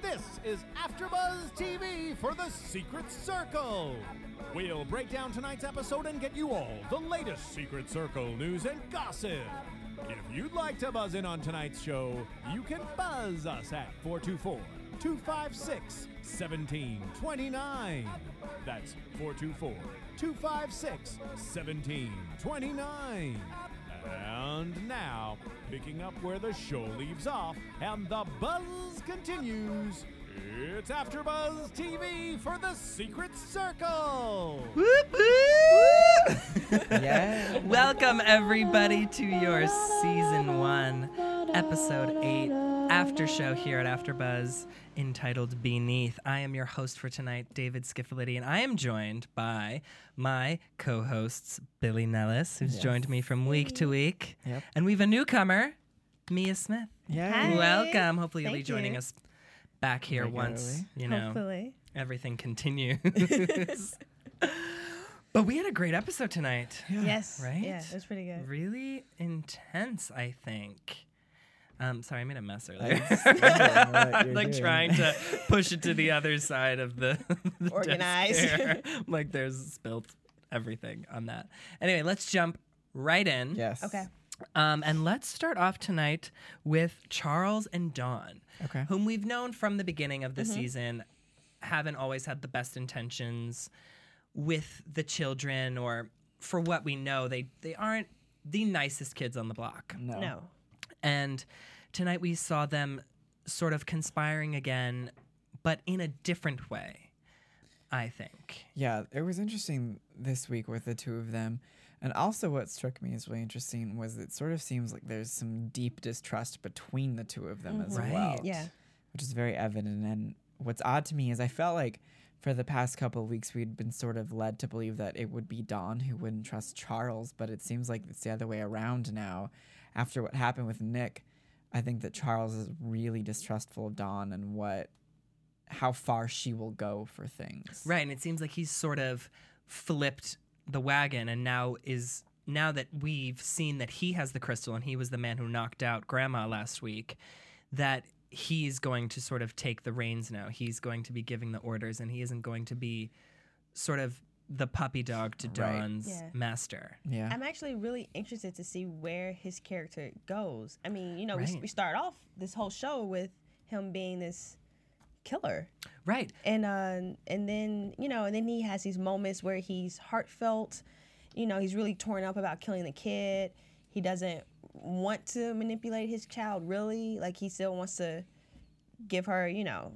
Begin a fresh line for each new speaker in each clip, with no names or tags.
this is AfterBuzz TV for the Secret Circle. We'll break down tonight's episode and get you all the latest Secret Circle news and gossip. If you'd like to buzz in on tonight's show, you can buzz us at 424- 256 1729. That's 424 256 1729. And now, picking up where the show leaves off and the buzz continues, it's AfterBuzz TV for the Secret Circle.
Whoop, whoop.
Yeah.
Welcome, everybody, to your season one, episode eight after show here at AfterBuzz entitled Beneath. I am your host for tonight, David Skiffality, and I am joined by my co-hosts Billy Nellis, who's joined me from week to week,
Yep.
and we have a newcomer, Mia Smith.
Yeah.
Welcome. Hopefully, you'll be
Thank
joining
you.
us back here once
Regularly.
you know
Hopefully.
everything continues. but we had a great episode tonight.
Oh,
Yes.
Right?
Yeah, it was pretty good.
Really intense, I think. Um, sorry, I made a mess earlier.
what
I'm like
doing.
trying to push it to the other side of the, the desk
Organized.
here. like there's spilt everything on that. Anyway, let's jump right in.
Yes.
Okay.
Um, and let's start off tonight with Charles and Dawn,
Okay.
whom we've known from the beginning of the season, haven't always had the best intentions with the children, or for what we know, they they aren't the nicest kids on the block.
No.
No.
And tonight we saw them sort of conspiring again, but in a different way. I think.
Yeah, it was interesting this week with the two of them. And also, what struck me as really interesting was it sort of seems like there's some deep distrust between the two of them as
Right.
well.
Mm-hmm. Yeah.
Which is very evident. And what's odd to me is I felt like for the past couple of weeks, we'd been sort of led to believe that it would be Don who wouldn't trust Charles, but it seems like it's the other way around now. After what happened with Nick, I think that Charles is really distrustful of Don and what. How far she will go for things.
Right, and it seems like he's sort of flipped the wagon and now is now that we've seen that he has the crystal and he was the man who knocked out grandma last week that he's going to sort of take the reins now. He's going to be giving the orders and he isn't going to be sort of the puppy dog to
Right.
Don's
Yeah.
master.
Yeah.
I'm actually really interested to see where his character goes. I mean, you know, we,
Right.
we start off this whole show with him being this killer.
Right.
and uh, and then you know, and then he has these moments where he's heartfelt. You know, he's really torn up about killing the kid. He doesn't want to manipulate his child really. Like he still wants to give her, you know,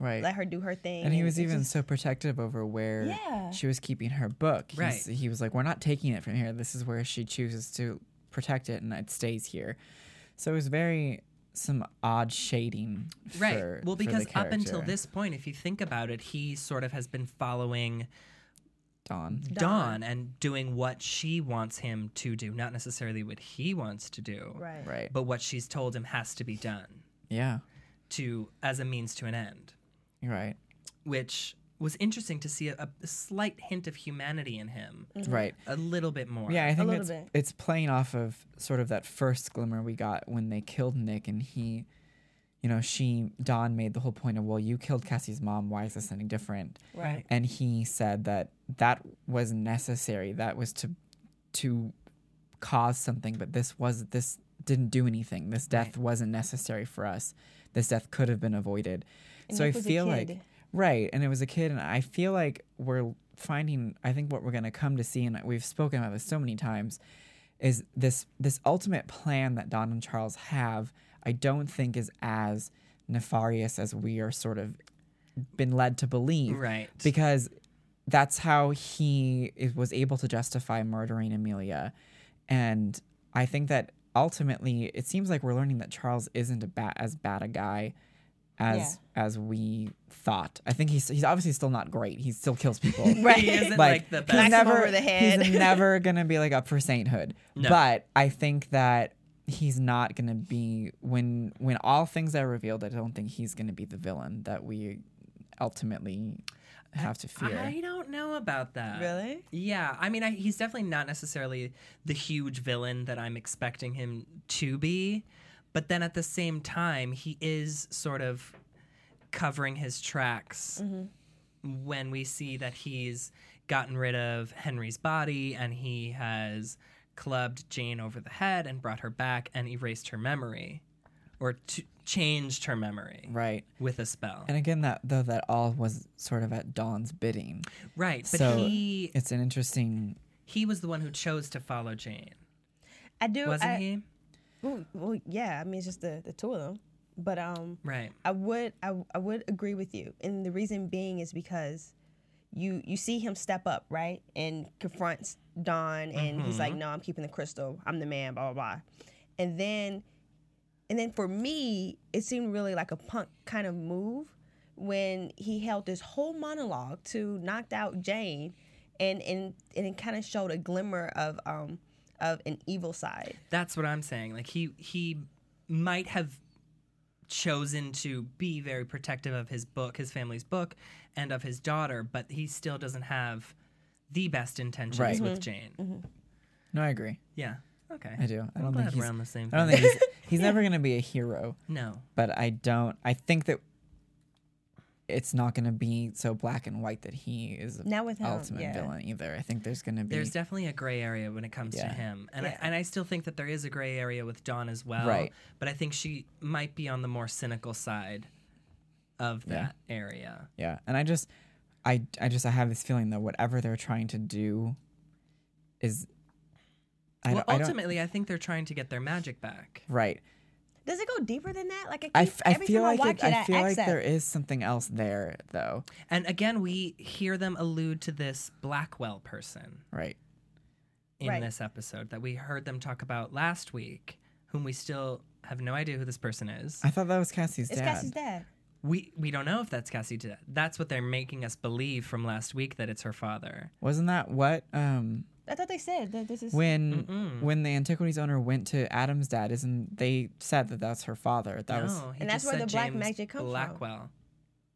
Right.
let her do her thing.
and he was
it's
even
just-
so protective over where
Yeah.
she was keeping her book. He's-
Right.
He was like, "We're not taking it from here. This is where she chooses to protect it, and it stays here." So it was very some odd shading.
Right.
for-
well,
for the
because up until
character,
this point, if you think about it, he sort of has been following
Dawn.
Dawn and doing what she wants him to do, not necessarily what he wants to do,
right.
Right.
but what she's told him has to be done
yeah.
to as a means to an end,
You're right.
which was interesting to see a, a slight hint of humanity in him,
Mm.
Right.
a little bit more.
Yeah, I think
little
it's
bit.
it's playing off of sort of that first glimmer we got when they killed Nick, and he, you know, she Don made the whole point of, well, you killed Cassie's mom. Why is this any different?
Right.
And he said that that was necessary. That was to to cause something, but this was this didn't do anything. This death wasn't necessary for us. This death could have been avoided. so
Nick
I
was a
feel
kid.
like right, and it was a kid, and I feel like we're finding. I think what we're going to come to see, and we've spoken about this so many times, is this this ultimate plan that Don and Charles have. I don't think is as nefarious as we are sort of been led to believe
Right.
because that's how he is, was able to justify murdering Amelia. And I think that ultimately, it seems like we're learning that Charles isn't a ba- as bad a guy as as we thought. I think he's he's obviously still not great. He still kills people.
Right.
He isn't like, the
he's
best.
him over the head.
He's never gonna be like up for sainthood. But I think that he's not gonna be when when all things are revealed. I don't think he's gonna be the villain that we ultimately have to fear.
I don't know about that.
Really?
Yeah. I mean, I, he's definitely not necessarily the huge villain that I'm expecting him to be. But then at the same time, he is sort of covering his tracks when we see that he's gotten rid of Henry's body and he has clubbed Jane over the head and brought her back and erased her memory or t- changed her memory
right.
with a spell.
And again, that though that all was sort of at Dawn's bidding.
right. But
so
he
it's an interesting.
he was the one who chose to follow Jane,
I do.
wasn't
I,
he?
Well, well, yeah. I mean, it's just the, the two of them. But um,
Right.
I would I, I would agree with you, and the reason being is because you you see him step up right and confronts Don, and he's
Mm-hmm.
like, "No, I'm keeping the crystal. I'm the man." Blah blah blah, and then and then for me, it seemed really like a punk kind of move when he held this whole monologue to knocked out Jane, and and and it kind of showed a glimmer of um of an evil side.
That's what I'm saying. Like he he might have chosen to be very protective of his book, his family's book, and of his daughter, but he still doesn't have the best intentions
Right.
with Jane.
No, I agree.
Yeah. Okay.
I do. I don't
glad
think he's.
we're on the same
I don't think he's. He's never gonna be a hero.
No.
but I don't. I think that it's not going to be so black and white that he is the
Not with him,
ultimate
yeah.
villain either. I think there's going to be
There's definitely a gray area when it comes to
Yeah.
him, and
Yeah.
I, and I still think that there is a gray area with Dawn as well.
Right.
But I think she might be on the more cynical side of that area.
yeah. And I just, I, I just, I have this feeling that whatever they're trying to do is, I
well,
don't, I don't-
ultimately, I, think they're trying to get their magic back.
right.
Does it go deeper than that? Like I, keep,
I, f- I
every
feel
time
like
I watch
it,
it,
I feel like
ask that.
there is something else there though.
And again, we hear them allude to this Blackwell person
Right.
in
Right.
this episode that we heard them talk about last week, whom we still have no idea who this person is.
I thought that was Cassie's
It's
dad.
Cassie's dad.
We we don't know if that's Cassie. Dad. That's what they're making us believe from last week that it's her father.
Wasn't that what, um,
I thought they said that this is.
when when the antiquities owner went to Adam's dad, isn't they said that that's her father? That was.
Oh, he
And that's
just
where
said
the black
James
magic comes from.
Blackwell.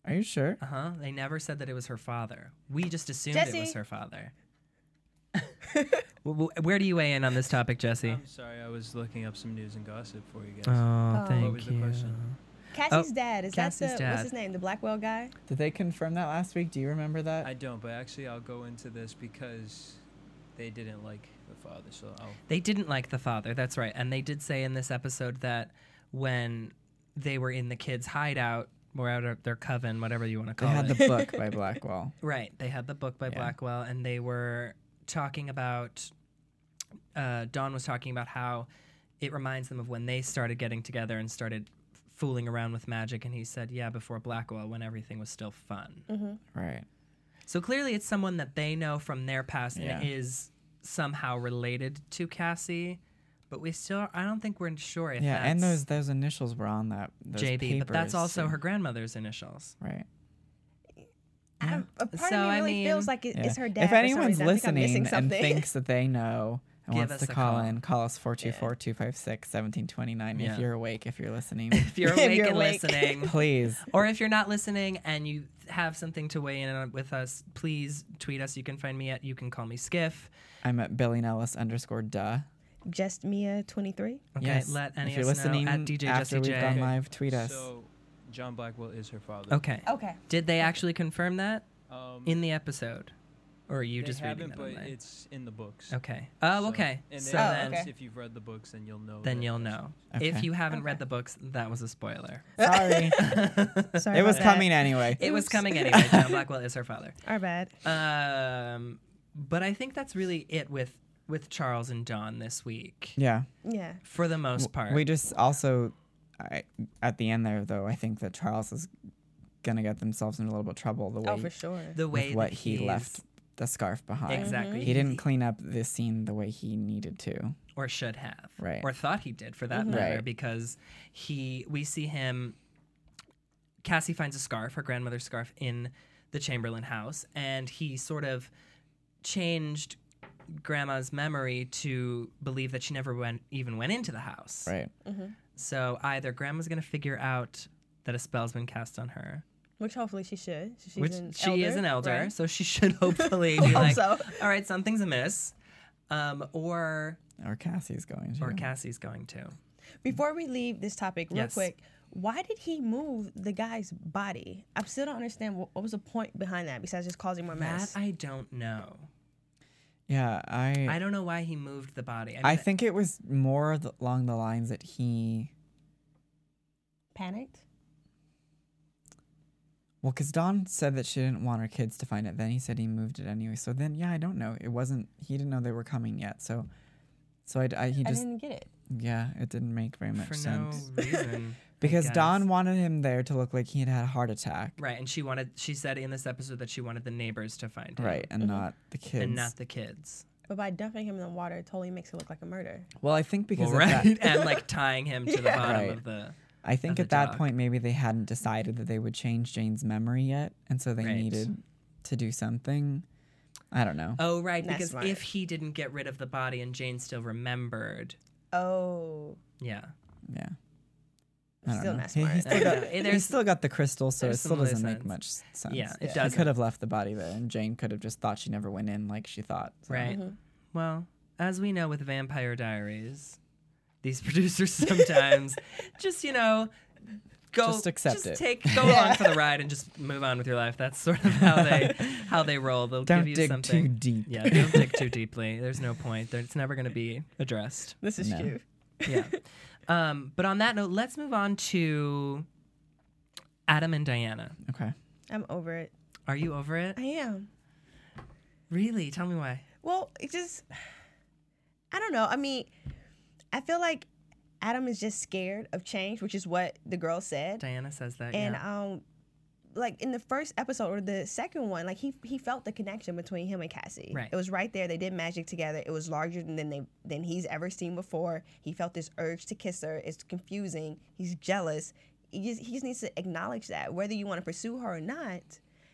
Are you sure?
Uh huh. They never said that it was her father. We just assumed it was
Jesse.
her father. W- w- Where do you weigh in on this topic, Jesse?
I'm sorry, I was looking up some news and gossip for you guys.
Oh,
what was
thank
the
you.
question?
Cassie's
Oh,
dad is
Cassie's
that the
dad.
what's his name? The Blackwell guy.
Did they confirm that last week? Do you remember that?
I don't, but actually, I'll go into this because they didn't like the father, so I'll.
They didn't like the father. That's right. And they did say in this episode that when they were in the kids' hideout, or out of their coven, whatever you want to
they
call
had
it.
the book by Blackwell.
Right. They had the book by Blackwell, and they were talking about. Uh, Don was talking about how it reminds them of when they started getting together and started fooling around with magic. And he said, "Yeah, before Blackwell, when everything was still fun."
Right.
So clearly, it's someone that they know from their past and
Yeah.
is somehow related to Cassie. But we still—I don't think we're sure if
Yeah,
that's
and those those initials were on that those
JB. but that's
papers,
also
and-
her grandmother's initials.
right.
I don't- a part
So,
of me
I
really feels
mean-
like it,
Yeah.
it's her dad.
If
for some
anyone's
reason. I think I'm
listening
missing
and
something.
thinks that they know and
Give
wants
us
to
a
call,
call.
in, call us 424-256-1729 if you're awake, if you're listening.
If you're
If
awake
you're
and
awake.
listening,
Please.
Or if you're not listening and you have something to weigh in on with us, please tweet us. You can find me at you can call me Skiff.
I'm at Billy Nellis underscore duh.
Just Mia twenty three.
Okay,
yes.
let any
if you're
of us know
listening
at DJ Jesse
after we've
J.
gone live, tweet us.
So, John Blackwell is her father.
Okay.
Okay.
Did they actually confirm that
Um,
in the episode, or are you
they
just reading
haven't,
that
but
online?
it's in the books.
okay. Oh,
So-
okay.
And
So
then,
Oh,
then,
once-
okay.
if you've read the books, then you'll know.
then
that
you'll
that's-
know.
Okay.
If you haven't read
Okay.
the books, that was a spoiler.
Sorry
Sorry. it was
about that.
coming anyway.
It was coming anyway. John Blackwell is her father.
Our bad.
Um, but I think that's really it with with Charles and Don this week,
yeah.
Yeah.
for the most part.
We just also, I, at the end there though, I think that Charles is gonna get themselves in a little bit of trouble the way
Oh, for sure.
the
with
way
what
that
he
he's-
left the scarf behind.
Exactly.
He didn't clean up this scene the way he needed to.
or should have,
Right.
Mm-hmm.
or thought he did for that matter,
Right.
because he we see him Cassie finds a scarf, her grandmother's scarf, in the Chamberlain house, and he sort of changed grandma's memory to believe that she never went even went into the house.
Right.
So either grandma's gonna figure out that a spell's been cast on her,
Which hopefully she should. She's
which
an
she is an elder,
right?
so she should hopefully be like,
so.
all right, something's amiss, um, or
Or Cassie's going to.
or Cassie's going to.
Before we leave this topic, real
Yes.
quick, why did he move the guy's body? I still don't understand what, what was the point behind that besides just causing more
That
mess.
I don't know.
yeah, I.
I don't know why he moved the body. mean,
I think it was more th- along the lines that he,
Panicked.
well, because Dawn said that she didn't want her kids to find it. Then he said he moved it anyway. So then, yeah, I don't know. It wasn't. He didn't know they were coming yet. So, so I, I- he
I
just,
didn't get it.
yeah, it didn't make very much
for
sense
no reason. I
because
guess.
Dawn wanted him there to look like he had had a heart attack,
right, and she wanted. She said in this episode that she wanted the neighbors to find him,
right, and not the kids.
Mm-hmm. and not the kids.
But by dumping him in the water, it totally makes it look like a murder.
well, I think because
Well,
at that-
right, and like tying him to the bottom
Right.
of the.
I think
the
at that
dog.
point maybe they hadn't decided that they would change Jane's memory yet, and so they
Right.
needed to do something. I don't know.
Oh right,
That's
because
smart.
if he didn't get rid of the body and Jane still remembered,
Oh,
yeah,
Yeah. I don't
Still
know.
not
He-
smart.
He's
I
still, got,
know.
he's
There's-
still got the crystal, so it
there's
still
some loose
doesn't make
ends.
much sense.
Yeah, it
He
doesn't.
could have left the body there, and Jane could have just thought she never went in like she thought. so.
right. Well, as we know with Vampire Diaries, these producers sometimes just you know go
Just accept
just
it.
take go along for the ride and just move on with your life. That's sort of how they how they roll. They'll
Don't
give you
dig
something.
too deep.
Yeah, don't dig too deeply. There's no point. There- It's never going to be addressed.
this is
No.
cute.
Yeah. Um, but on that note, let's move on to Adam and Diana.
Okay.
I'm over it.
Are you over it?
I am.
Really? Tell me why.
Well, it just I don't know. I mean, I feel like Adam is just scared of change, which is what the girl said.
Diana says that.
And
yeah.
um like in the first episode or the second one, like he he felt the connection between him and Cassie.
Right.
It was right there. They did magic together. It was larger than they than he's ever seen before. He felt this urge to kiss her. It's confusing. He's jealous. He just he just needs to acknowledge that. Whether you want to pursue her or not,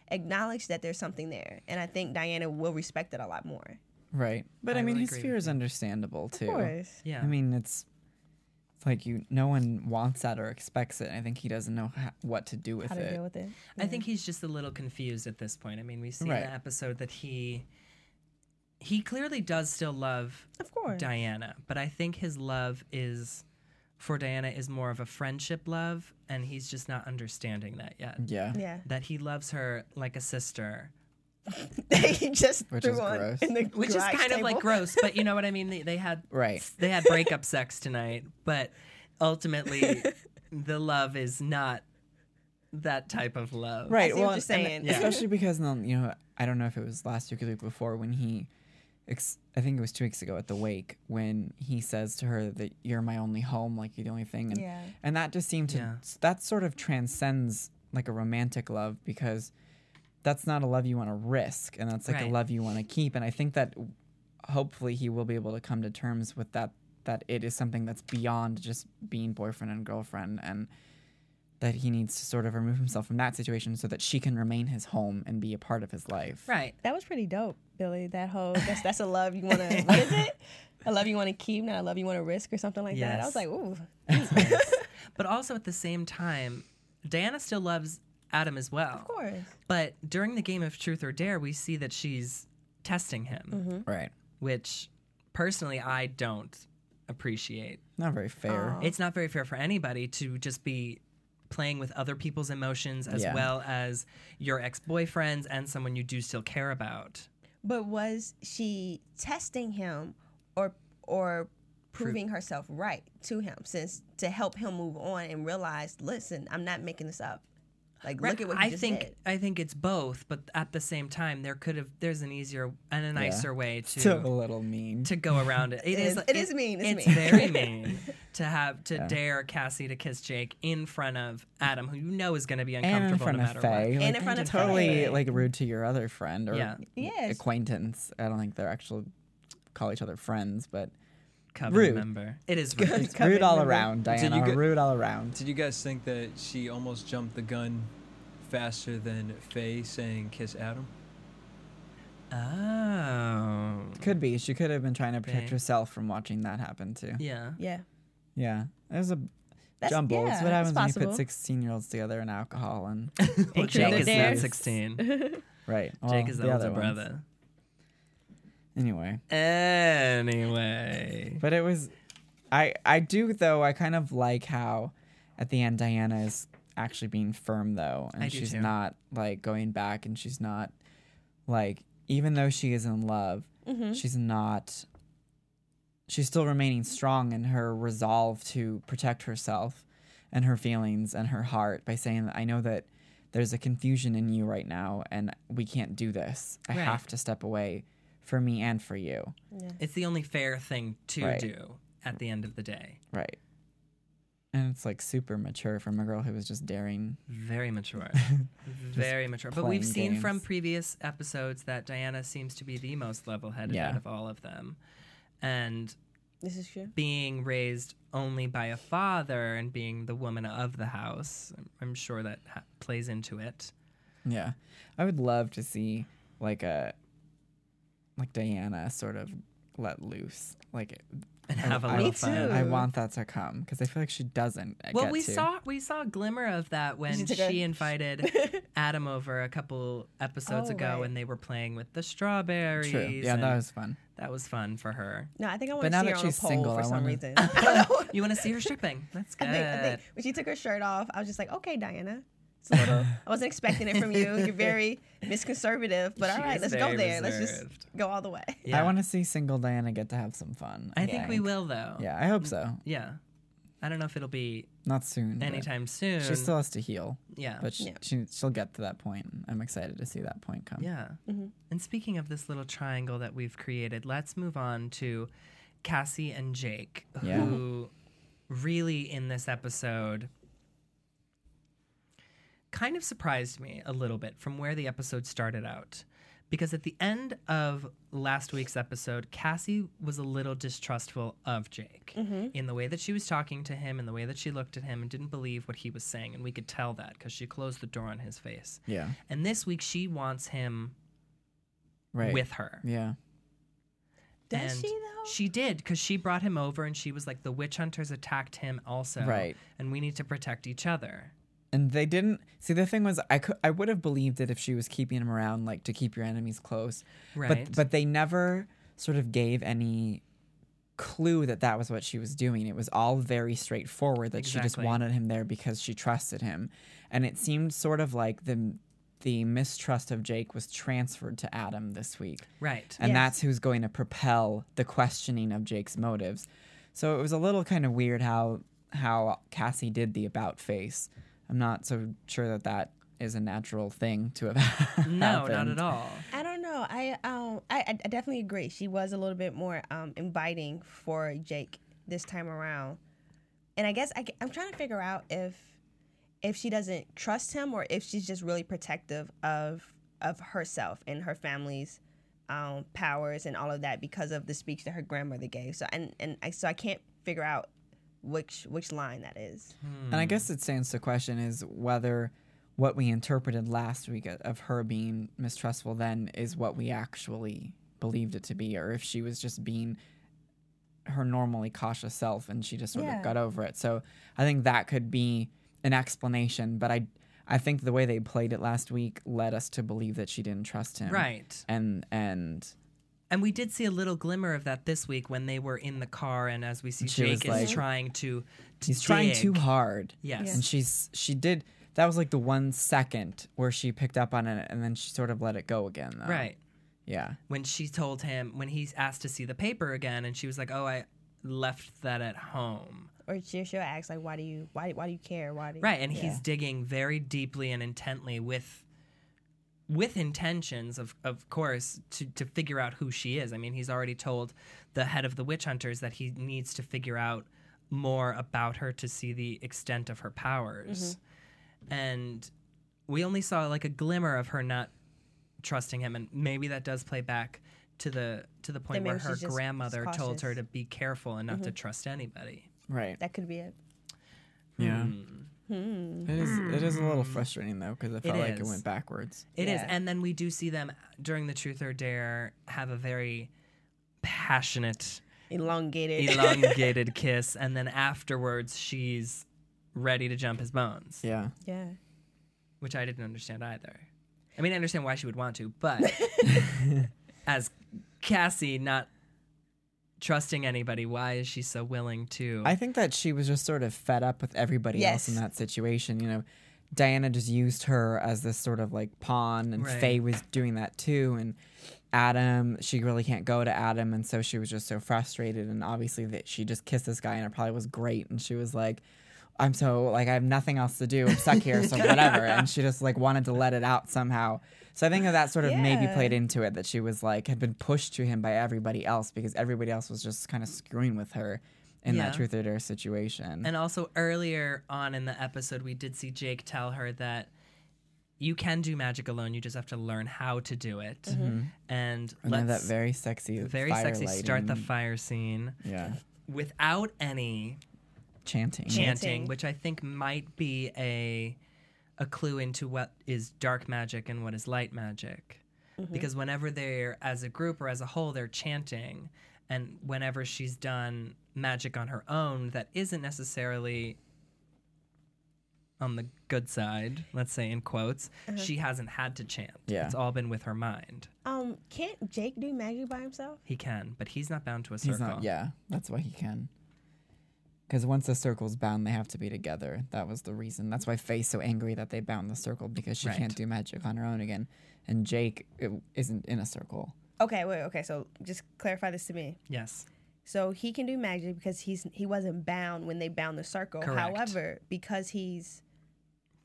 acknowledge that there's something there. And I think Diana will respect it a lot more.
Right. But I,
I
mean,
would
his
agree
fear
with
is understandable too.
Of course.
yeah.
I mean, it's it's like you. No one wants that or expects it. I think he doesn't know ho- what to do with
How to
it.
deal with it.
I think he's just a little confused at this point. I mean, we see in
Mm-hmm. Right.
the episode that he he clearly does still love
Of course.
Diana, but I think his love is for Diana is more of a friendship love, and he's just not understanding that yet.
yeah.
yeah.
That he loves her like a sister,
he just
Which
threw
is
on
gross.
in the
which is
garage
kind of like
table.
gross, but you know what I mean. They, they had
Right.
they had breakup sex tonight, but ultimately the love is not that type of love.
right.
see what
well,
you're
and- and
saying.
especially because um, you know, I don't know if it was last week or the week before when he, ex- I think it was two weeks ago at the wake when he says to her that you're my only home, like you're the only thing, and
Yeah.
and that just seemed to
Yeah.
that sort of transcends like a romantic love because that's not a love you want to risk, and that's like
Right.
a love you want to keep, and I think that hopefully he will be able to come to terms with that that it is something that's beyond just being boyfriend and girlfriend and that he needs to sort of remove himself from that situation so that she can remain his home and be a part of his life.
Right.
That was pretty dope, Billy. That whole that's that's a love you want to. what is it? A love you want to keep, not a love you want to risk, or something like that. I was
Yes.
like, ooh,
But also at the same time, Diana still loves Adam as well.
of course.
But during the game of truth or dare, we see that she's testing him,
Mm-hmm.
Right.
which personally I don't appreciate.
Not very fair.
It's not very fair for anybody to just be playing with other people's emotions as
Yeah.
well as your ex-boyfriends and someone you do still care about.
But was she testing him, or or proving herself right to him, since to help him move on and realize, listen, I'm not making this up. Like, look at what he
I
just
think
did.
I think it's both, but at the same time, there could have there's an easier and a nicer way to
Still a little mean.
to go around it.
It is- it is mean, it's mean.
very mean to have to dare Cassie to kiss Jake in front of Adam, who you know is going to be
and in
uncomfortable
front
no
of
matter
Faye.
what.
And in front of
totally
Faye.
like rude to your other friend or
Yeah.
Yes.
acquaintance. I don't think they're actually call each other friends, but
coven
Rude.
member. It is rude.
It's rude all around,
Did you
Diana.
get-
rude all around.
Did you guys think that she almost jumped the gun faster than Faye saying kiss Adam?
oh.
Could be. She could have been trying to protect
Okay.
herself from watching that happen too.
Yeah.
Yeah.
Yeah, it was a
That's-
jumble. it's
yeah,
what
that's
happens when you put
possible.
sixteen-year-olds together and alcohol and
Well,
sure
Jake
they're
is
there.
not 16.
right. well,
Jake is the,
the
older
ones.
brother.
Anyway,
Anyway.
but it was. I I do though. I kind of like how at the end Diana is actually being firm though, and
I do,
she's
too.
not like going back, and she's not like even though she is in love,
Mm-hmm.
she's not. She's still remaining strong in her resolve to protect herself and her feelings and her heart by saying that I know that there's a confusion in you right now and we can't do this. I
Right.
have to step away for me and for you.
It's the only fair thing to
Right.
do at the end of the day.
Right. And it's like super mature from a girl who was just daring.
Very mature. Very mature. But
playing
we've seen from
games.
previous episodes that Diana seems to be the most level headed
Yeah.
out of all of them. And
This is true.
being raised only by a father and being the woman of the house, I'm- I'm sure that ha- plays into it.
Yeah. I would love to see like a like Diana sort of let loose. Like
And
I-
have a
I-
little
Me
fun.
too.
I want that to come because I feel like she doesn't. uh,
Well,
get
we
to.
saw we saw a glimmer of that when she,
took a-
invited Adam over a couple episodes
Oh,
ago,
right.
and they were playing with the strawberries.
True. Yeah,
and
that was fun.
that was fun for her.
No, I think I
But
want
now
to see her
that
on a
she's
pole
single,
for
I
some
wanna-
reason. I
You want to see her stripping? That's good.
think, I think when she took her shirt off, I was just like, okay, Diana. It's a little, I wasn't expecting it from you. You're very misconservative, but all
She
right,
is
let's go
very
there. Let's
reserved.
just go all the way.
Yeah.
I want to see single Diana get to have some fun.
I think we will though.
Yeah, I hope so.
Yeah. I don't know if it'll be
Not soon. but
anytime soon.
She still has to heal,
yeah.
but she,
Yeah.
she she'll get to that point. I'm excited to see that point come.
yeah. And speaking of this little triangle that we've created, let's move on to Cassie and Jake,
Yeah.
who really in this episode kind of surprised me a little bit from where the episode started out. Because at the end of last week's episode, Cassie was a little distrustful of Jake in the way that she was talking to him, in the way that she looked at him, and didn't believe what he was saying. And we could tell that because she closed the door on his face.
Yeah.
And this week, she wants him
Right.
with her.
Yeah.
Does
And
she, though?
She did because she brought him over and she was like, the witch hunters attacked him also.
Right.
And we need to protect each other.
and they didn't see the thing was i could i would have believed it if she was keeping him around like to keep your enemies close
Right.
but but they never sort of gave any clue that that was what she was doing it was all very straightforward that she just
Exactly.
wanted him there because she trusted him and it seemed sort of like the the mistrust of jake was transferred to adam this week
Right.
and
Yes.
that's who's going to propel the questioning of Jake's motives. So it was a little kind of weird how how Cassie did the about face. I'm not so sure that that is a natural thing to have happened.
no, not at all.
I don't know. I um I, I I definitely agree. She was a little bit more um inviting for Jake this time around, and I guess I, am trying to figure out if if she doesn't trust him or if she's just really protective of of herself and her family's um, powers and all of that because of the speech that her grandmother gave. So and and I, so I can't figure out which which line that is.
And I guess it stands to question is whether what we interpreted last week o- of her being mistrustful then is what we actually believed it to be, or if she was just being her normally cautious self and she just sort
Yeah.
of got over it. So I think that could be an explanation, but I I think the way they played it last week led us to believe that she didn't trust him.
Right.
And and
And we did see a little glimmer of that this week when they were in the car, and as we see,
She was
Jake
like-
is trying to. to
he's trying too
dig.
hard.
Yes.
And she's she did that was like the one second where she picked up on it and then she sort of let it go again though.
Right.
Yeah.
When she told him, when he's asked to see the paper again, and she was like, oh, I left that at home.
Or she, she'll ask like, why do you why why do you care? Why do you,
Right. And
Yeah.
he's digging very deeply and intently with. With intentions of, of course, to, to figure out who she is. I mean, he's already told the head of the witch hunters that he needs to figure out more about her to see the extent of her powers.
Mm-hmm.
and we only saw like a glimmer of her not trusting him and maybe that does play back to the to the point
maybe
where
she's
her
just- just
grandmother told her
cautious. Mm-hmm.
to be careful and not to trust anybody.
Right.
That could be it.
Yeah.
Hmm.
It is. It is a little frustrating though because I felt like it
is.
went backwards.
It is,
Yeah.
and then we do see them during the truth or dare have a very passionate,
Elongated.
elongated kiss, and then afterwards she's ready to jump his bones,
Yeah.
yeah.
which I didn't understand either. I mean, I understand why she would want to, but as Cassie not trusting anybody, why is she so willing to?
I think that she was just sort of fed up with everybody else in
Yes.
that situation. You know, Diana just used her as this sort of like pawn, and
Right.
Faye was doing that too. And Adam, she really can't go to Adam, and so she was just so frustrated. And obviously, that she just kissed this guy, and it probably was great. And she was like, "I'm so like I have nothing else to do. I'm stuck here, so whatever." And she just like wanted to let it out somehow. So I think that that sort of maybe
Yeah.
played into it that she was like had been pushed to him by everybody else because everybody else was just kind of screwing with her in
Yeah.
that truth or dare situation.
And also earlier on in the episode, we did see Jake tell her that you can do magic alone. You just have to learn how to do it. And
Mm-hmm. and then that
let's
very sexy,
very
fire
sexy start the
lighting.
fire scene
yeah
without any
chanting.
chanting,
Chanting.
which I think might be a a clue into what is dark magic and what is light magic.
Mm-hmm.
Because whenever they're as a group or as a whole, they're chanting, and whenever she's done magic on her own, that isn't necessarily on the good side, let's say in quotes,
Uh-huh.
she hasn't had to chant.
Yeah.
It's all been with her mind.
Um, can't Jake do magic by himself?
He can, but he's not bound to a circle.
He's not. Yeah, that's why he can. Because once the circle's bound, they have to be together. That was the reason. That's why Faye's so angry that they bound the circle because she
Right.
can't do magic on her own again. And Jake is isn't in a circle.
Okay, wait, okay, so just clarify this to me.
Yes.
So he can do magic because he's he wasn't bound when they bound the circle.
Correct.
However, because he's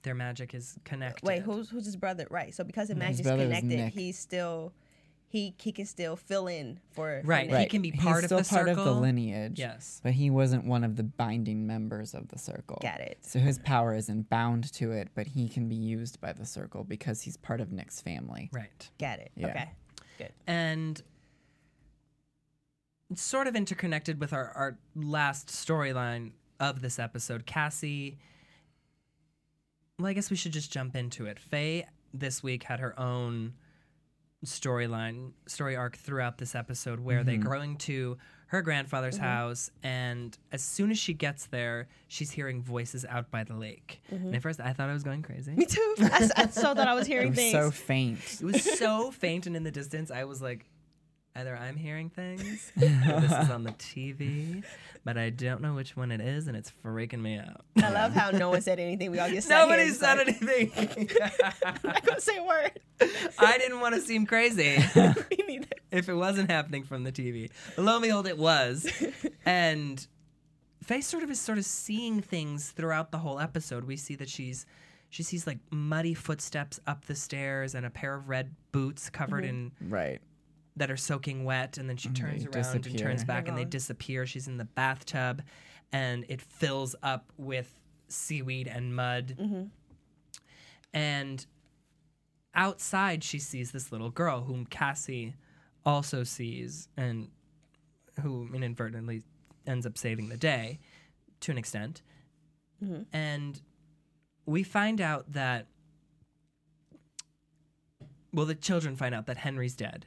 Their magic is connected.
wait, who's who's his brother? Right. So because the magic's
brother is
connected,
Nick.
he's still he he can still fill in for for
Right,
Nick.
He can be part
He's
of
still
the
part of
circle.
the lineage.
Yes.
But he wasn't one of the binding members of the circle.
Got it.
So his power isn't bound to it, but he can be used by the circle because he's part of Nick's family.
Right.
Got it.
Yeah.
Okay.
and it's sort of interconnected with our, our last storyline of this episode cassie well i guess we should just jump into it faye this week had her own storyline story arc throughout this episode where they go into her grandfather's house and as soon as she gets there she's hearing voices out by the lake and at first i thought i was going crazy
Me too. I, s- I so thought I was hearing
It was
things.
so faint.
it was so faint and in the distance, I was like, either I'm hearing things, or this is on the TV, but I don't know which one it is, and it's freaking me out.
I love how no one said anything. We all just sat here
Nobody
just
said
like,
anything.
I'm not gonna say a word.
I didn't want to seem crazy
Me neither.
if it wasn't happening from the TV. But lo and behold, it was. And Faye sort of is sort of seeing things throughout the whole episode. We see that she's she sees like muddy footsteps up the stairs and a pair of red boots covered in
Right.
that are soaking wet and then she turns
they
around and turns
disappear.
back and they disappear she's in the bathtub and it fills up with seaweed and mud and outside she sees this little girl whom cassie also sees and who inadvertently ends up saving the day to an extent and we find out that well the children find out that henry's dead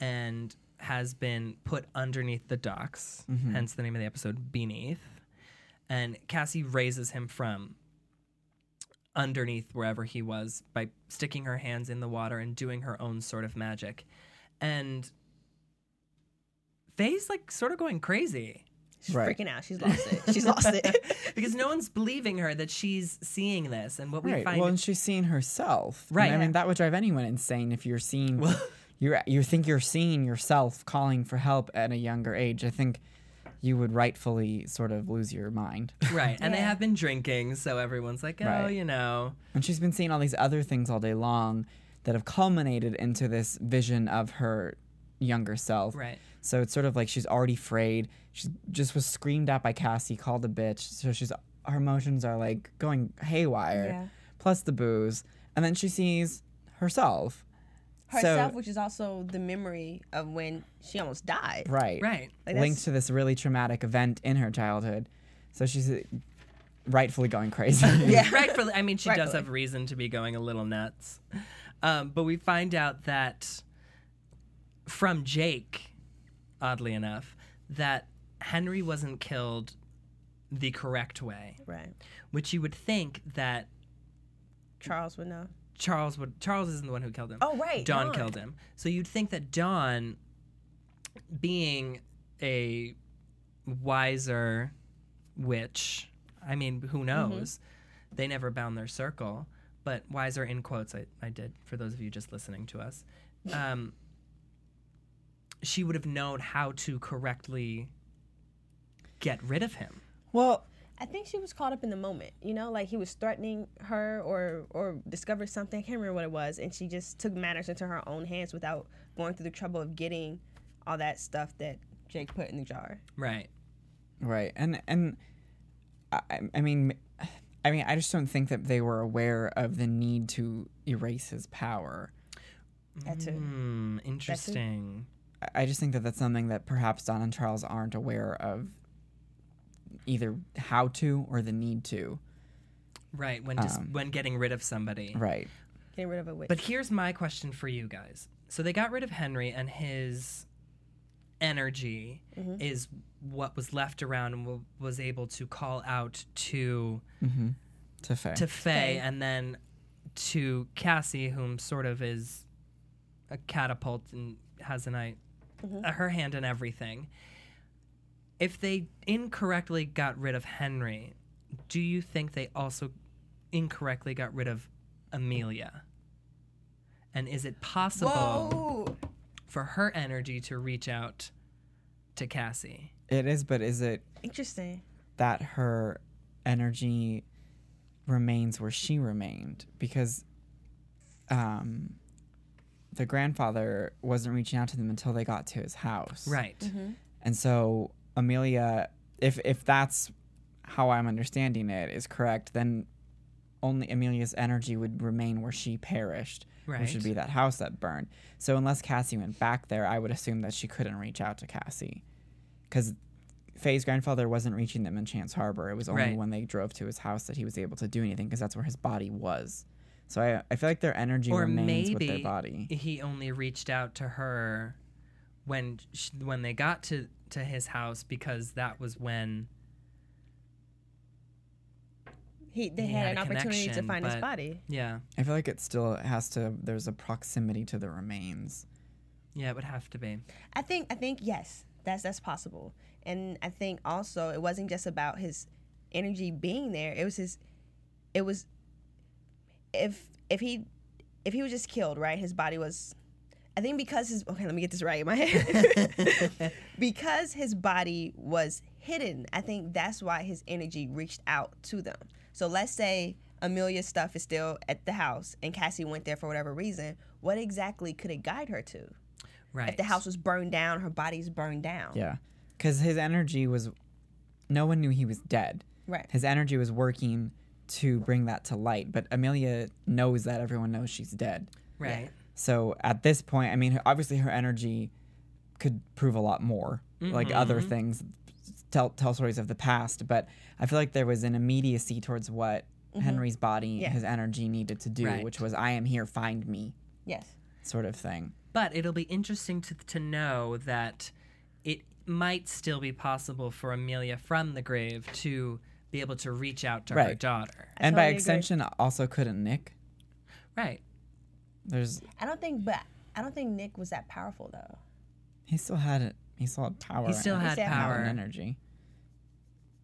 and has been put underneath the docks,
Mm-hmm.
hence the name of the episode, Beneath. And Cassie raises him from underneath wherever he was by sticking her hands in the water and doing her own sort of magic. And Faye's like sort of going crazy
She's
Right.
freaking out. She's lost it. She's lost it.
because no one's believing her that she's seeing this. And what we
Right.
find
Well, and she's seeing herself. And
Right.
I mean, that would drive anyone insane if you're seeing. You're, you think you're seeing yourself calling for help at a younger age. I think you would rightfully sort of lose your mind.
right, and they have been drinking, so everyone's like, oh,
Right.
you know,
And she's been seeing all these other things all day long that have culminated into this vision of her younger self.
Right.
So it's sort of like she's already frayed. She just was screamed at by Cassie, called a bitch. So she's her emotions are like going haywire.
Yeah.
Plus the booze, and then she sees herself,
herself,
So-
which is also the memory of when she almost died.
Right.
Right.
Like
linked
that's-
to this really traumatic event in her childhood. So she's uh, rightfully going crazy.
Yeah.
rightfully. I mean, she does
Rightfully.
have reason to be going a little nuts. Um, but we find out that from Jake, oddly enough, that Henry wasn't killed the correct way,
Right.
which you would think that
Charles would know.
Charles would. Charles isn't the one who killed him.
Oh, right,
Don,
Dawn.
killed him. So you'd think that Don, being a wiser witch, I mean, who knows? They never bound their circle, but wiser in quotes. I, I did for those of you just listening to us. Um, she would have known how to correctly get rid of him.
well,
I think she was caught up in the moment, you know, like he was threatening her or or discovered something. I can't remember what it was, and she just took matters into her own hands without going through the trouble of getting all that stuff that Jake put in the jar.
Right.
right. And and I, I mean I mean I just don't think that they were aware of the need to erase his power.
That too.
Hmm. Interesting.
I- I just think that that's something that perhaps Don and Charles aren't aware of either how to or the need to.
Right. When just when getting rid of somebody.
Right.
Getting rid of a witch.
But here's my question for you guys. So they got rid of Henry, and his energy is what was left around and wa- was able to call out to
Mm-hmm. To fair.
to Faye, and then to Cassie, whom sort of is a catapult and has an eye, uh, her hand in everything. If they incorrectly got rid of Henry, do you think they also incorrectly got rid of Amelia? And is it possible for her energy to reach out to Cassie?
it is, but is it
Interesting.
that her energy remains where she remained because um, the grandfather wasn't reaching out to them until they got to his house.
Right.
And so Amelia, if if that's how I'm understanding it is correct, then only Amelia's energy would remain where she perished, which
Right.
would be that house that burned. So unless Cassie went back there, I would assume that she couldn't reach out to Cassie, because Faye's grandfather wasn't reaching them in Chance Harbor. It was only
Right.
when they drove to his house that he was able to do anything, because that's where his body was. So I, I feel like their energy
or
remains
maybe
with their body.
he only reached out to her when sh when they got to to his house because that was when
He they
He had
had, an
a
opportunity to
connection,
find his
but-
body.
yeah
I feel like it still has to. There's a proximity to the remains.
yeah it would have to be
I think I think yes, that's that's possible. And I think also it wasn't just about his energy being there. It was his it was if if he if he was just killed, right? His body was I think because his okay, let me get this right in my head. because his body was hidden, I think that's why his energy reached out to them. So let's say Amelia's stuff is still at the house and Cassie went there for whatever reason. What exactly could it guide her to?
right
if the house was burned down, her body's burned down.
Yeah. Because his energy was, no one knew he was dead.
Right.
His energy was working to bring that to light, but Amelia knows that everyone knows she's dead.
right
So at this point, I mean, her- obviously her energy could prove a lot more, like other
Mm-hmm.
things, tell tell stories of the past. But I feel like there was an immediacy towards what
Mm-hmm.
Henry's body, his energy needed to do,
Right.
which was "I am here, find me,"
Yes.
sort of thing.
but it'll be interesting to to know that it might still be possible for Amelia from the grave to be able to reach out to her
Right.
daughter
and
totally
by
agree.
extension, also couldn't Nick.
right
There's
I don't think, but I don't think Nick was that powerful though.
He still had it. He still had power.
he still
and
had
still had
power
and energy.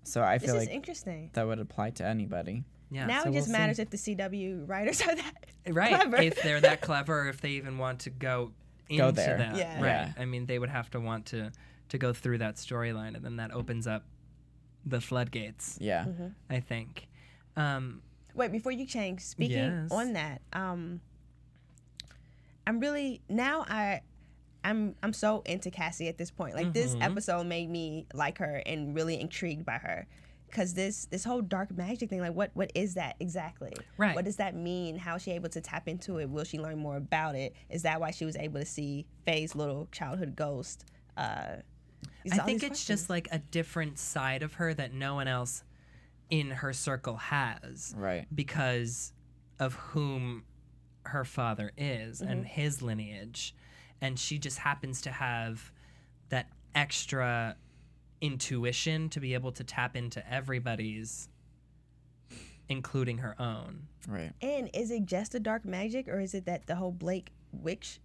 So I
This
feel
is
like
interesting.
that would apply to anybody.
yeah
now
so
it just
we'll see.
matters if the CW writers are that
right
clever.
if they're that clever or if they even want to go into
Go there.
that
Yeah.
right
Yeah.
i mean they would have to want to to go through that storyline and then that opens up the floodgates
Yeah.
i think um
Wait, before you change, speaking
Yes.
on that, um, I'm really now I. I'm I'm so
Mm-hmm.
into Cassie at this point. Like this episode made me like her and really intrigued by her, because this this whole dark magic thing, like what what is that exactly?
Right.
What does that mean? How is she able to tap into it? Will she learn more about it? Is that why she was able to see Faye's little childhood ghost? Uh,
I think it's just like a different side of her that no one else in her circle has.
Right.
Because of whom her father is and his lineage. And she just happens to have that extra intuition to be able to tap into everybody's, including her own.
Right.
And is it just the dark magic, or is it that the whole Blake Witch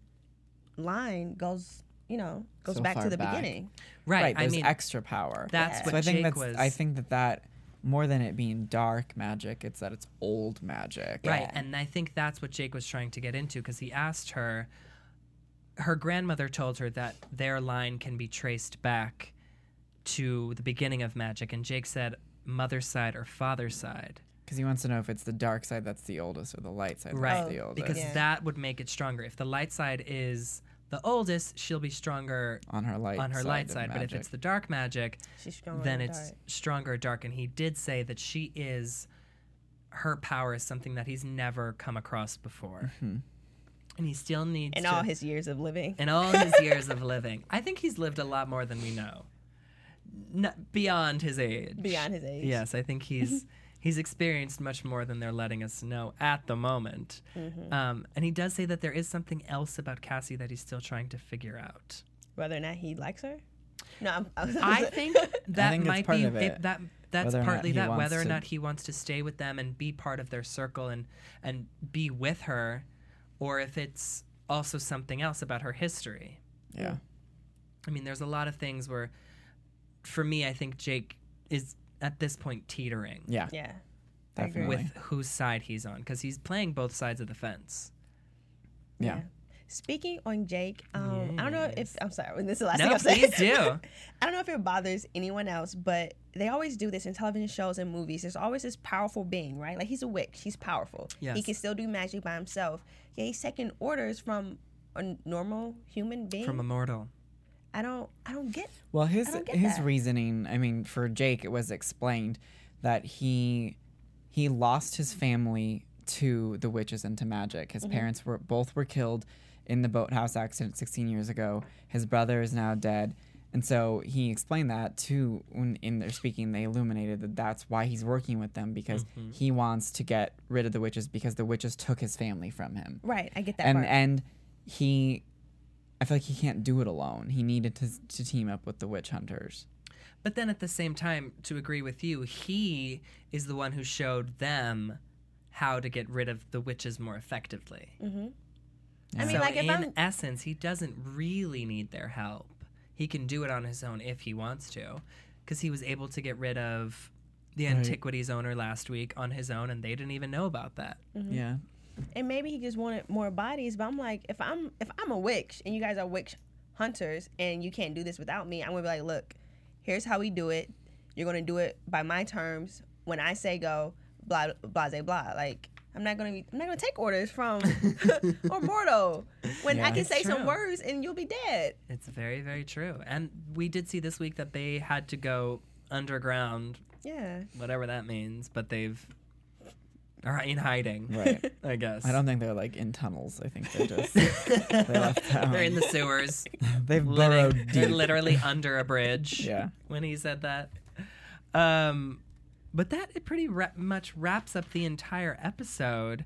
line goes, you know, goes
So
back
far
to the
back.
beginning?
Right.
right
I
there's
mean,
extra power
that's
so
what
i think
Jake
that's
was-
i think that that more than it being dark magic it's that it's old magic
Right. And I think that's what Jake was trying to get into because he asked her, her grandmother told her that their line can be traced back to the beginning of magic. And Jake said, mother's side or father's side.
because he wants to know if it's the dark side that's the oldest or the light side
Right.
that's the oldest
Because
Yeah.
that would make it stronger. If the light side is the oldest, she'll be stronger
on her light
on her
side
light
of
side. But if
magic.
it's the dark magic,
She's stronger
then
in the
it's
dark.
stronger dark. And he did say that she is, her power is something that he's never come across before.
Mm-hmm.
And he still needs
In
to,
all his years of living,
in all his years of living. I think he's lived a lot more than we know. N- beyond his age.
beyond his age.
Yes, I think he's he's experienced much more than they're letting us know at the moment.
Mm-hmm.
Um, and he does say that there is something else about Cassie that he's still trying to figure out.
Whether or not he likes her. No, I'm, I, was,
I think that
think it's
might
part
be
of it.
that. That's
Whether or not
partly
he
that
wants
whether or
to-
not he wants to stay with them and be part of their circle and and be with her, or if it's also something else about her history.
yeah
I mean, there's a lot of things where, for me, I think Jake is at this point teetering
yeah
yeah.
definitely
with whose side he's on because he's playing both sides of the fence.
yeah.
Speaking on Jake, um, I don't know if I'm sorry. This is the last thing
no,
I'm saying.
please do.
I don't know if it bothers anyone else, but they always do this in television shows and movies. There's always this powerful being, right? Like he's a witch, he's powerful. He
Yes.
can still do magic by himself. Yeah, he's taking orders from a n- normal human being.
From Immortal.
I don't, I don't get.
Well, his
don't get
his
that.
reasoning, I mean, for Jake, it was explained that he he lost his family to the witches and to magic.
Mm-hmm.
His parents were both were killed in the boathouse accident 16 years ago. His brother is now dead. And so he explained that to when in their speaking they illuminated that that's why he's working with them because
Mm-hmm.
he wants to get rid of the witches because the witches took his family from him
Right, I get that
and
part.
and he i feel like he can't do it alone he needed to, to team up with the witch hunters
But then at the same time, to agree with you, he is the one who showed them how to get rid of the witches more effectively.
I mean,
so
like if
in
I'm,
essence, he doesn't really need their help. He can do it on his own if he wants to, because he was able to get rid of the antiquities owner last week on his own, and they didn't even know about that.
yeah
and maybe he just wanted more bodies. But I'm like, if I'm, if I'm a witch, and you guys are witch hunters, and you can't do this without me, I'm gonna be like, look, here's how we do it. You're gonna do it by my terms. When I say go, blah, blah, blah, blah. Like, I'm not gonna, be, I'm not gonna take orders from or mortal when I can say some
true.
words and you'll be dead.
It's very, very true. And we did see this week that they had to go underground,
Yeah.
whatever that means, but they've are in hiding,
right
I guess.
i don't think they're like in tunnels i think they're just they left town.
They're in the sewers.
they've
living.
burrowed
They're
deep
literally under a bridge.
Yeah.
When he said that. Um, but that it pretty ra- much wraps up the entire episode.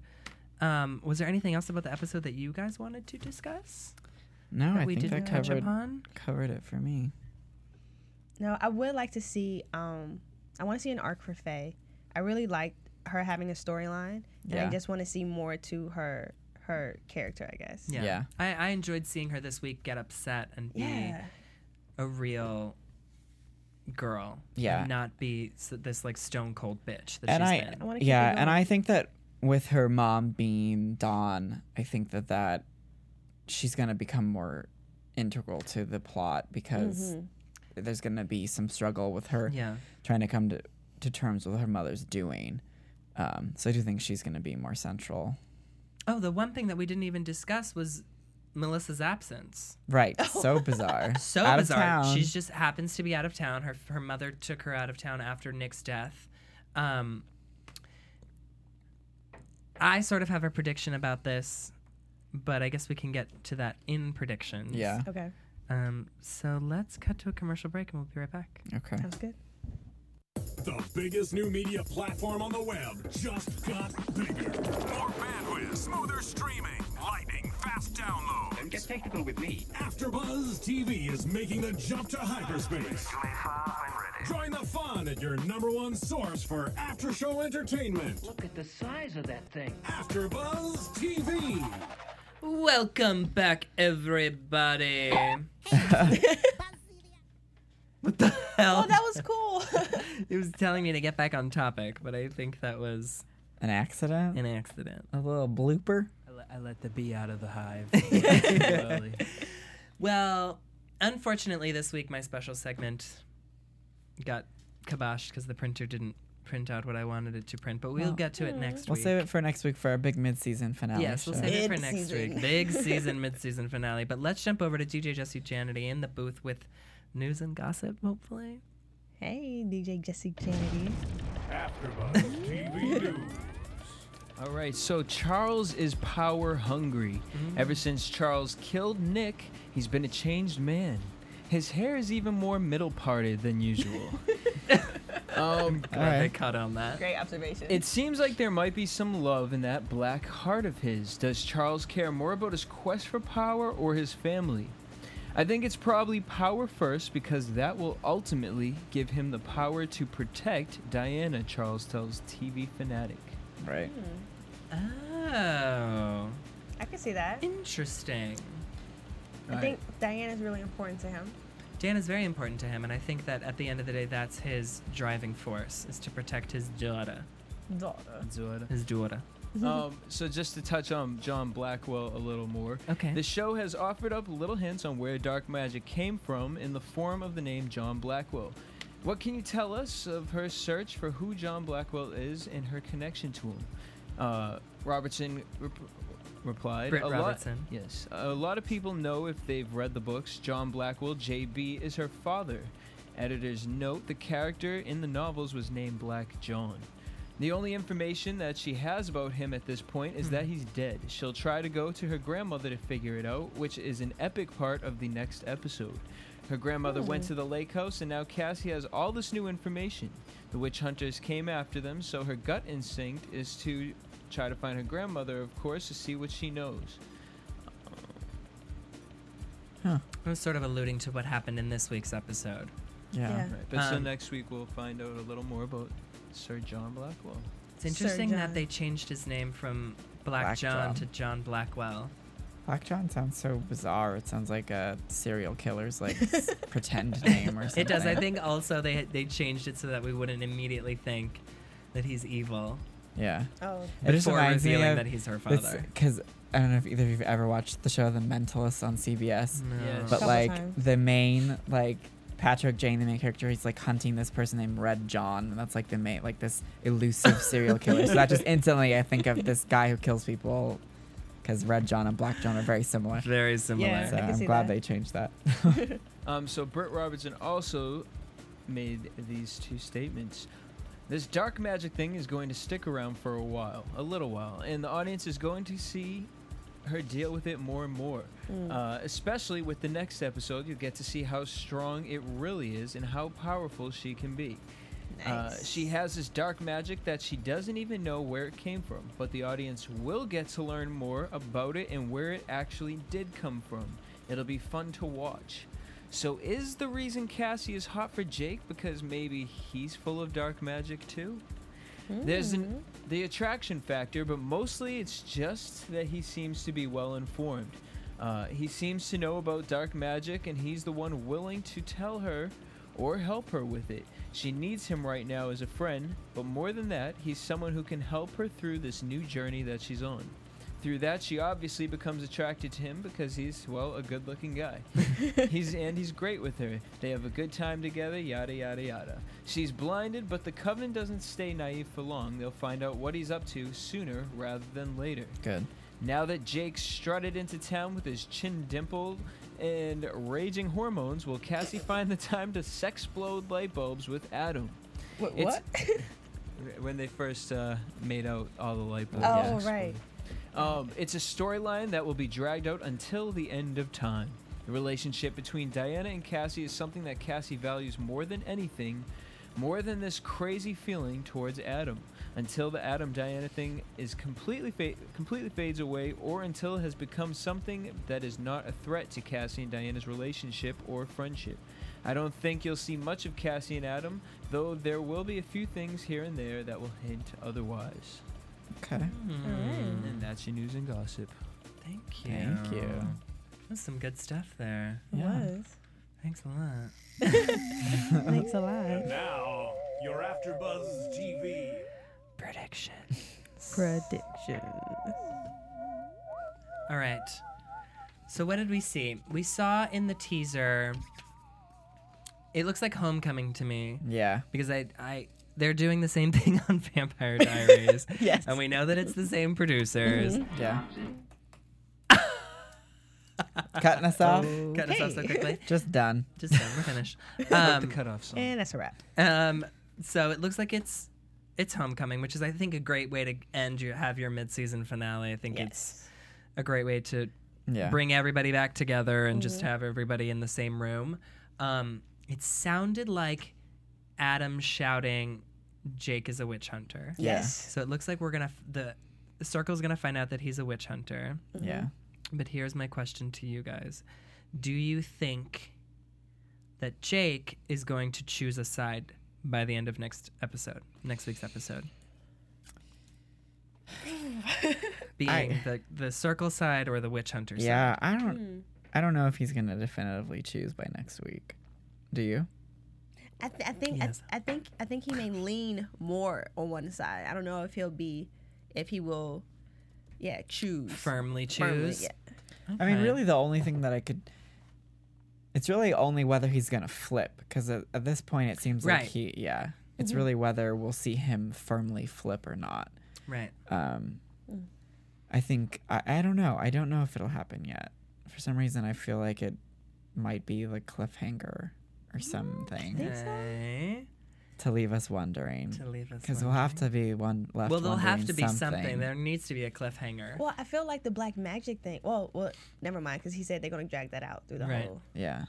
Um, was there anything else about the episode that you guys wanted to discuss
no
that
Oh, i
we
think
didn't
that
touch
covered
upon?
covered it for me
No, I would like to see. Um, I want to see an arc for Faye. I really liked her having a storyline, and I
Yeah.
just want to see more to her her character. I guess.
Yeah.
Yeah.
I, I enjoyed seeing her this week get upset and be
Yeah.
a real girl.
Yeah.
And not be s- this like stone cold bitch that
and
she's
i,
been.
wanna keep
yeah
it
and i think that with her mom being dawn i think that that she's going to become more integral to the plot because
Mm-hmm.
there's going to be some struggle with her
Yeah.
trying to come to, to terms with what her mother's doing. Um, so I do think she's going to be more central.
Oh, the one thing that we didn't even discuss was Melissa's absence.
Right. So bizarre.
So
Out of
bizarre.
town.
She just happens to be out of town. Her her mother took her out of town after Nick's death. Um, I sort of have a prediction about this, but I guess we can get to that in predictions.
Yeah.
Okay,
Um, so let's cut to a commercial break and we'll be right back.
Okay.
sounds good.
The biggest new media platform on the web just got bigger. More bandwidth, smoother streaming, lightning fast download.
Don't get technical with me.
AfterBuzz TV is making the jump to hyperspace.
Play far when ready.
Join the fun at your number one source for after-show entertainment.
Look at the size of that thing.
AfterBuzz TV.
Welcome back, everybody. what the hell?
Oh, that was cool.
it was telling me to get back on topic, but I think that was
An accident.
an accident.
a little blooper.
I, le- I let the bee out of the hive. Slowly.
Well, unfortunately, this week my special segment got kiboshed because the printer didn't print out what I wanted it to print. But we'll get to it next
We'll
week.
save it for next week for our big mid-season finale.
Yes, we'll
show.
save it for next
Mid-season.
week. Big season, mid-season finale. But let's jump over to DJ Jesse Janity in the booth with news and gossip, hopefully.
Hey, DJ Jesse Kennedy.
AfterBuzz TV News.
All right, so Charles is power hungry. Ever since Charles killed Nick, he's been a changed man. His hair is even more middle parted than usual. um,
All right.
They cut on that.
Great observation.
it seems like there might be some love in that black heart of his. Does Charles care more about his quest for power or his family? I think it's probably power first because that will ultimately give him the power to protect Diana, Charles tells TV Fanatic.
Right.
Oh,
I can see that.
interesting.
I think Diana's really important to him.
Dan is very important to him, and I think that at the end of the day, that's his driving force is to protect his daughter.
Daughter.
Zora.
His daughter.
um, so just to touch on John Blackwell a little more.
Okay.
The show has offered up little hints on where dark magic came from in the form of the name John Blackwell. What can you tell us of her search for who John Blackwell is and her connection to him? Uh, Robertson rep- replied.
Britt
"A lot-
Robertson.
yes. A lot of people know if they've read the books, John Blackwell, JB, is her father. Editors note the character in the novels was named Black John. The only information that she has about him at this point is that he's dead. She'll try to go to her grandmother to figure it out, which is an epic part of the next episode. Her grandmother went to the lake house, and now Cassie has all this new information. The witch hunters came after them, so her gut instinct is to try to find her grandmother, of course, to see what she knows.
I was sort of alluding to what happened in this week's episode.
Yeah.
Yeah.
Right, but so
Um,
next week we'll find out a little more about Sir John Blackwell.
It's
Sir
interesting
John.
that they changed his name from Black,
Black
John,
John.
to John Blackwell.
Black John sounds so bizarre. It sounds like a serial killer's like s- pretend name or something.
It does. I think also they they changed it so that we wouldn't immediately think that he's evil
Yeah.
Oh,
It just
before
reminds me
revealing
of
that he's her father.
Because I don't know if either of you've ever watched the show The Mentalist on CBS,
No.
but
Couple
like
times.
the main like Patrick Jane, the main character, he's like hunting this person named Red John, and that's like the main like this elusive serial killer. so that just instantly I think of this guy who kills people because Red John and Black John are very similar. So
Very similar.
Yeah. I can
I'm
see
glad
that.
they changed that.
Um, so Britt Robertson also made these two statements. This dark magic thing is going to stick around for a while, a little while, and the audience is going to see her deal with it more and more. Uh, especially with the next episode, you get to see how strong it really is and how powerful she can be. Uh, she has this dark magic that she doesn't even know where it came from, but the audience will get to learn more about it and where it actually did come from. It'll be fun to watch. So, is the reason Cassie is hot for Jake because maybe he's full of dark magic too? There's an, the attraction factor, but mostly it's just that he seems to be well informed. Uh, he seems to know about dark magic, and he's the one willing to tell her or help her with it. She needs him right now as a friend, but more than that, he's someone who can help her through this new journey that she's on. Through that, she obviously becomes attracted to him because he's, well, a good looking guy. he's and he's great with her. They have a good time together, yada yada yada. She's blinded, but the Covenant doesn't stay naive for long. They'll find out what he's up to sooner rather than later.
Good.
Now that Jake strutted into town with his chin dimpled and raging hormones, will Cassie find the time to sexplode light bulbs with Adam?
What?
It's-
what?
When they first uh, made out all the light bulbs.
oh,
exploded.
right.
Um, it's a storyline that will be dragged out until the end of time. The relationship between Diana and Cassie is something that Cassie values more than anything, more than this crazy feeling towards Adam. Until the Adam Diana thing is completely fa- completely fades away, or until it has become something that is not a threat to Cassie and Diana's relationship or friendship. I don't think you'll see much of Cassie and Adam, though there will be a few things here and there that will hint otherwise.
Okay.
And that's your news and gossip.
Thank you.
Thank you.
That's some good stuff there.
It
Yeah.
was.
Thanks a lot.
Thanks a lot.
Now, your AfterBuzz TV
Prediction.
Prediction.
All right. So what did we see? We saw in the teaser. It looks like Homecoming to me
Yeah.
because I I they're doing the same thing on Vampire Diaries.
Yes. Mm-hmm.
And we know that it's the same producers.
Yeah. Cutting us off.
Oh.
Cut us off so
Hey.
quickly.
Just done.
Just done. We're finished.
the
Um,
cutoff song.
And that's a wrap.
um, so it looks like it's it's Homecoming, which is I think a great way to end your have your mid season finale. I think it's
Yes.
a great way to
Yeah. Mm-hmm.
bring everybody back together and just have everybody in the same room. Um, it sounded like Adam shouting, "Jake is a witch hunter."
Yeah.
Yes.
So it looks like we're gonna f- the, the circle's gonna find out that he's a witch hunter.
Yeah.
But here's my question to you guys: Do you think that Jake is going to choose a side by the end of next episode, next week's episode? Being the the circle side or the witch hunter side?
Yeah. I
Hmm.
don't. I don't know if he's gonna definitively choose by next week. Do you?
I, th- I think
Yes.
I, I think I think he may lean more on one side. I don't know if he'll be, if he will, yeah, choose
firmly choose.
firmly, yeah.
I mean,
Okay.
really, the only thing that I could. It's really only whether he's gonna flip, because at, at this point, it seems
Right.
like he. Yeah. It's really whether we'll see him firmly flip or not.
Right.
Um, I think I, I don't know. I don't know if it'll happen yet. For some reason, I feel like it might be the cliffhanger or something
Okay.
to leave us wondering.
To leave us.
Because we'll have to be one left.
Well, there'll have
wondering
to be something.
something.
There needs to be a cliffhanger.
Well, I feel like the black magic thing. Well, well, never mind, because he said they're gonna drag that out through the
Right.
whole.
Yeah.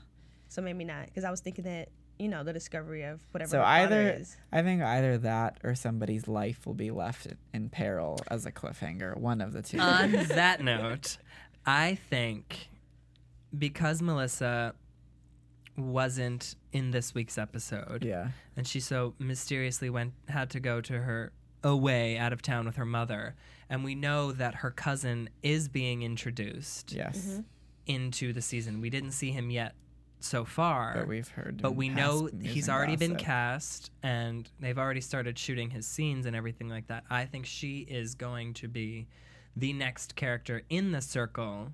So maybe not, because I was thinking that you know the discovery of whatever.
So
the father
either
is.
I think either that or somebody's life will be left in peril as a cliffhanger. One of the two.
On that note, I think because Melissa wasn't in this week's episode,
yeah.
and she so mysteriously went had to go to her away out of town with her mother, and we know that her cousin is being introduced
Yes.
into the season. We didn't see him yet so far.
But we've heard.
but
in
we
past
know
news
he's
and
already been
gossip.
cast and they've already started shooting his scenes and everything like that. I think she is going to be the next character in the circle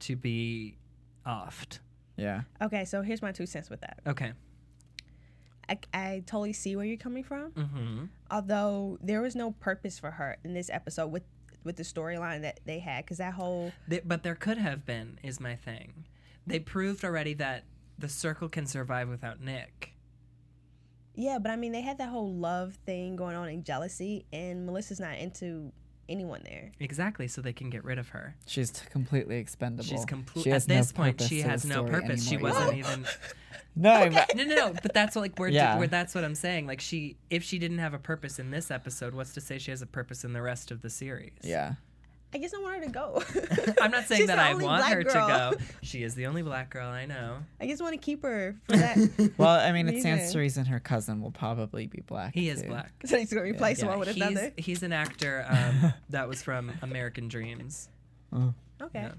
to be offed.
Yeah.
Okay, so here's my two cents with that.
Okay.
I, I totally see where you're coming from.
Mm-hmm.
Although there was no purpose for her in this episode with with the storyline that they had, because that whole
but there could have been, is my thing. They proved already that the circle can survive without Nick.
yeah, but I mean they had that whole love thing going on and jealousy, and Melissa's not into anyone there.
Exactly, so they can get rid of her.
She's t- completely expendable.
She's complete.
She has
At
no
this point,
purpose
she
to the
has no
story
purpose. She
anymore.
wasn't even.
No, I mean-
no, no, no. But that's what, like we're,
Yeah.
we're that's what I'm saying. Like she, if she didn't have a purpose in this episode, what's to say she has a purpose in the rest of the series?
yeah,
I just don't want her to go.
I'm not saying
She's
that
the
I
only
want
black
her
girl.
to go. She is the only black girl I know.
I just want to keep her for that. so
Well, I mean, it stands to
Amazing.
reason her cousin will probably be black.
He is
too.
black.
he's gonna replace
Yeah,
one with
he's,
another.
he's an actor um, that was from American Dreams,
Okay.
yeah.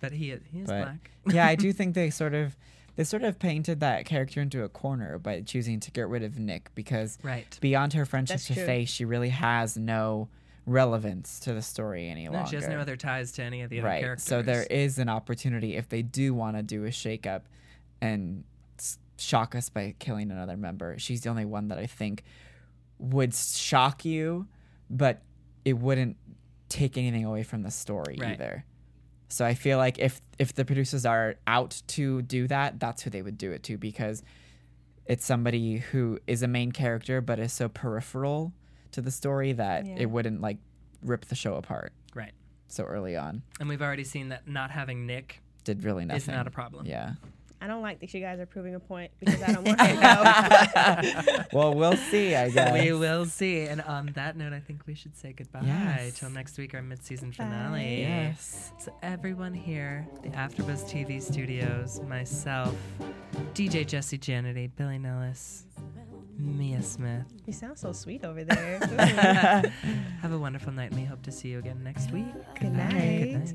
but he is- he is
But
black.
yeah, I do think they sort of they sort of painted that character into a corner by choosing to get rid of Nick because
Right.
beyond her friendship
That's
to
true.
Faye, she really has no relevance to the story any
No,
longer.
she has no other ties to any of the other
right.
characters.
So there is an opportunity if they do want to do a shakeup and s- shock us by killing another member. She's the only one that I think would shock you, but it wouldn't take anything away from the story
Right.
either. So I feel like if if the producers are out to do that, that's who they would do it to because it's somebody who is a main character but is so peripheral to the story that
Yeah.
it wouldn't like rip the show apart
Right.
so early on.
And we've already seen that not having Nick
Did really nothing.
is not a problem.
Yeah.
I don't like that you guys are proving a point because I don't want to know.
Well, we'll see. I guess.
We will see. And on that note, I think we should say goodbye
Yes.
till next week, our mid-season finale.
Yes.
So everyone here, the AfterBuzz TV studios, myself, DJ Jesse Janity, Billy Nellis, Mia Smith.
You sound so sweet over there. Ooh.
Have a wonderful night, and we hope to see you again next week. Good
Good night.
night.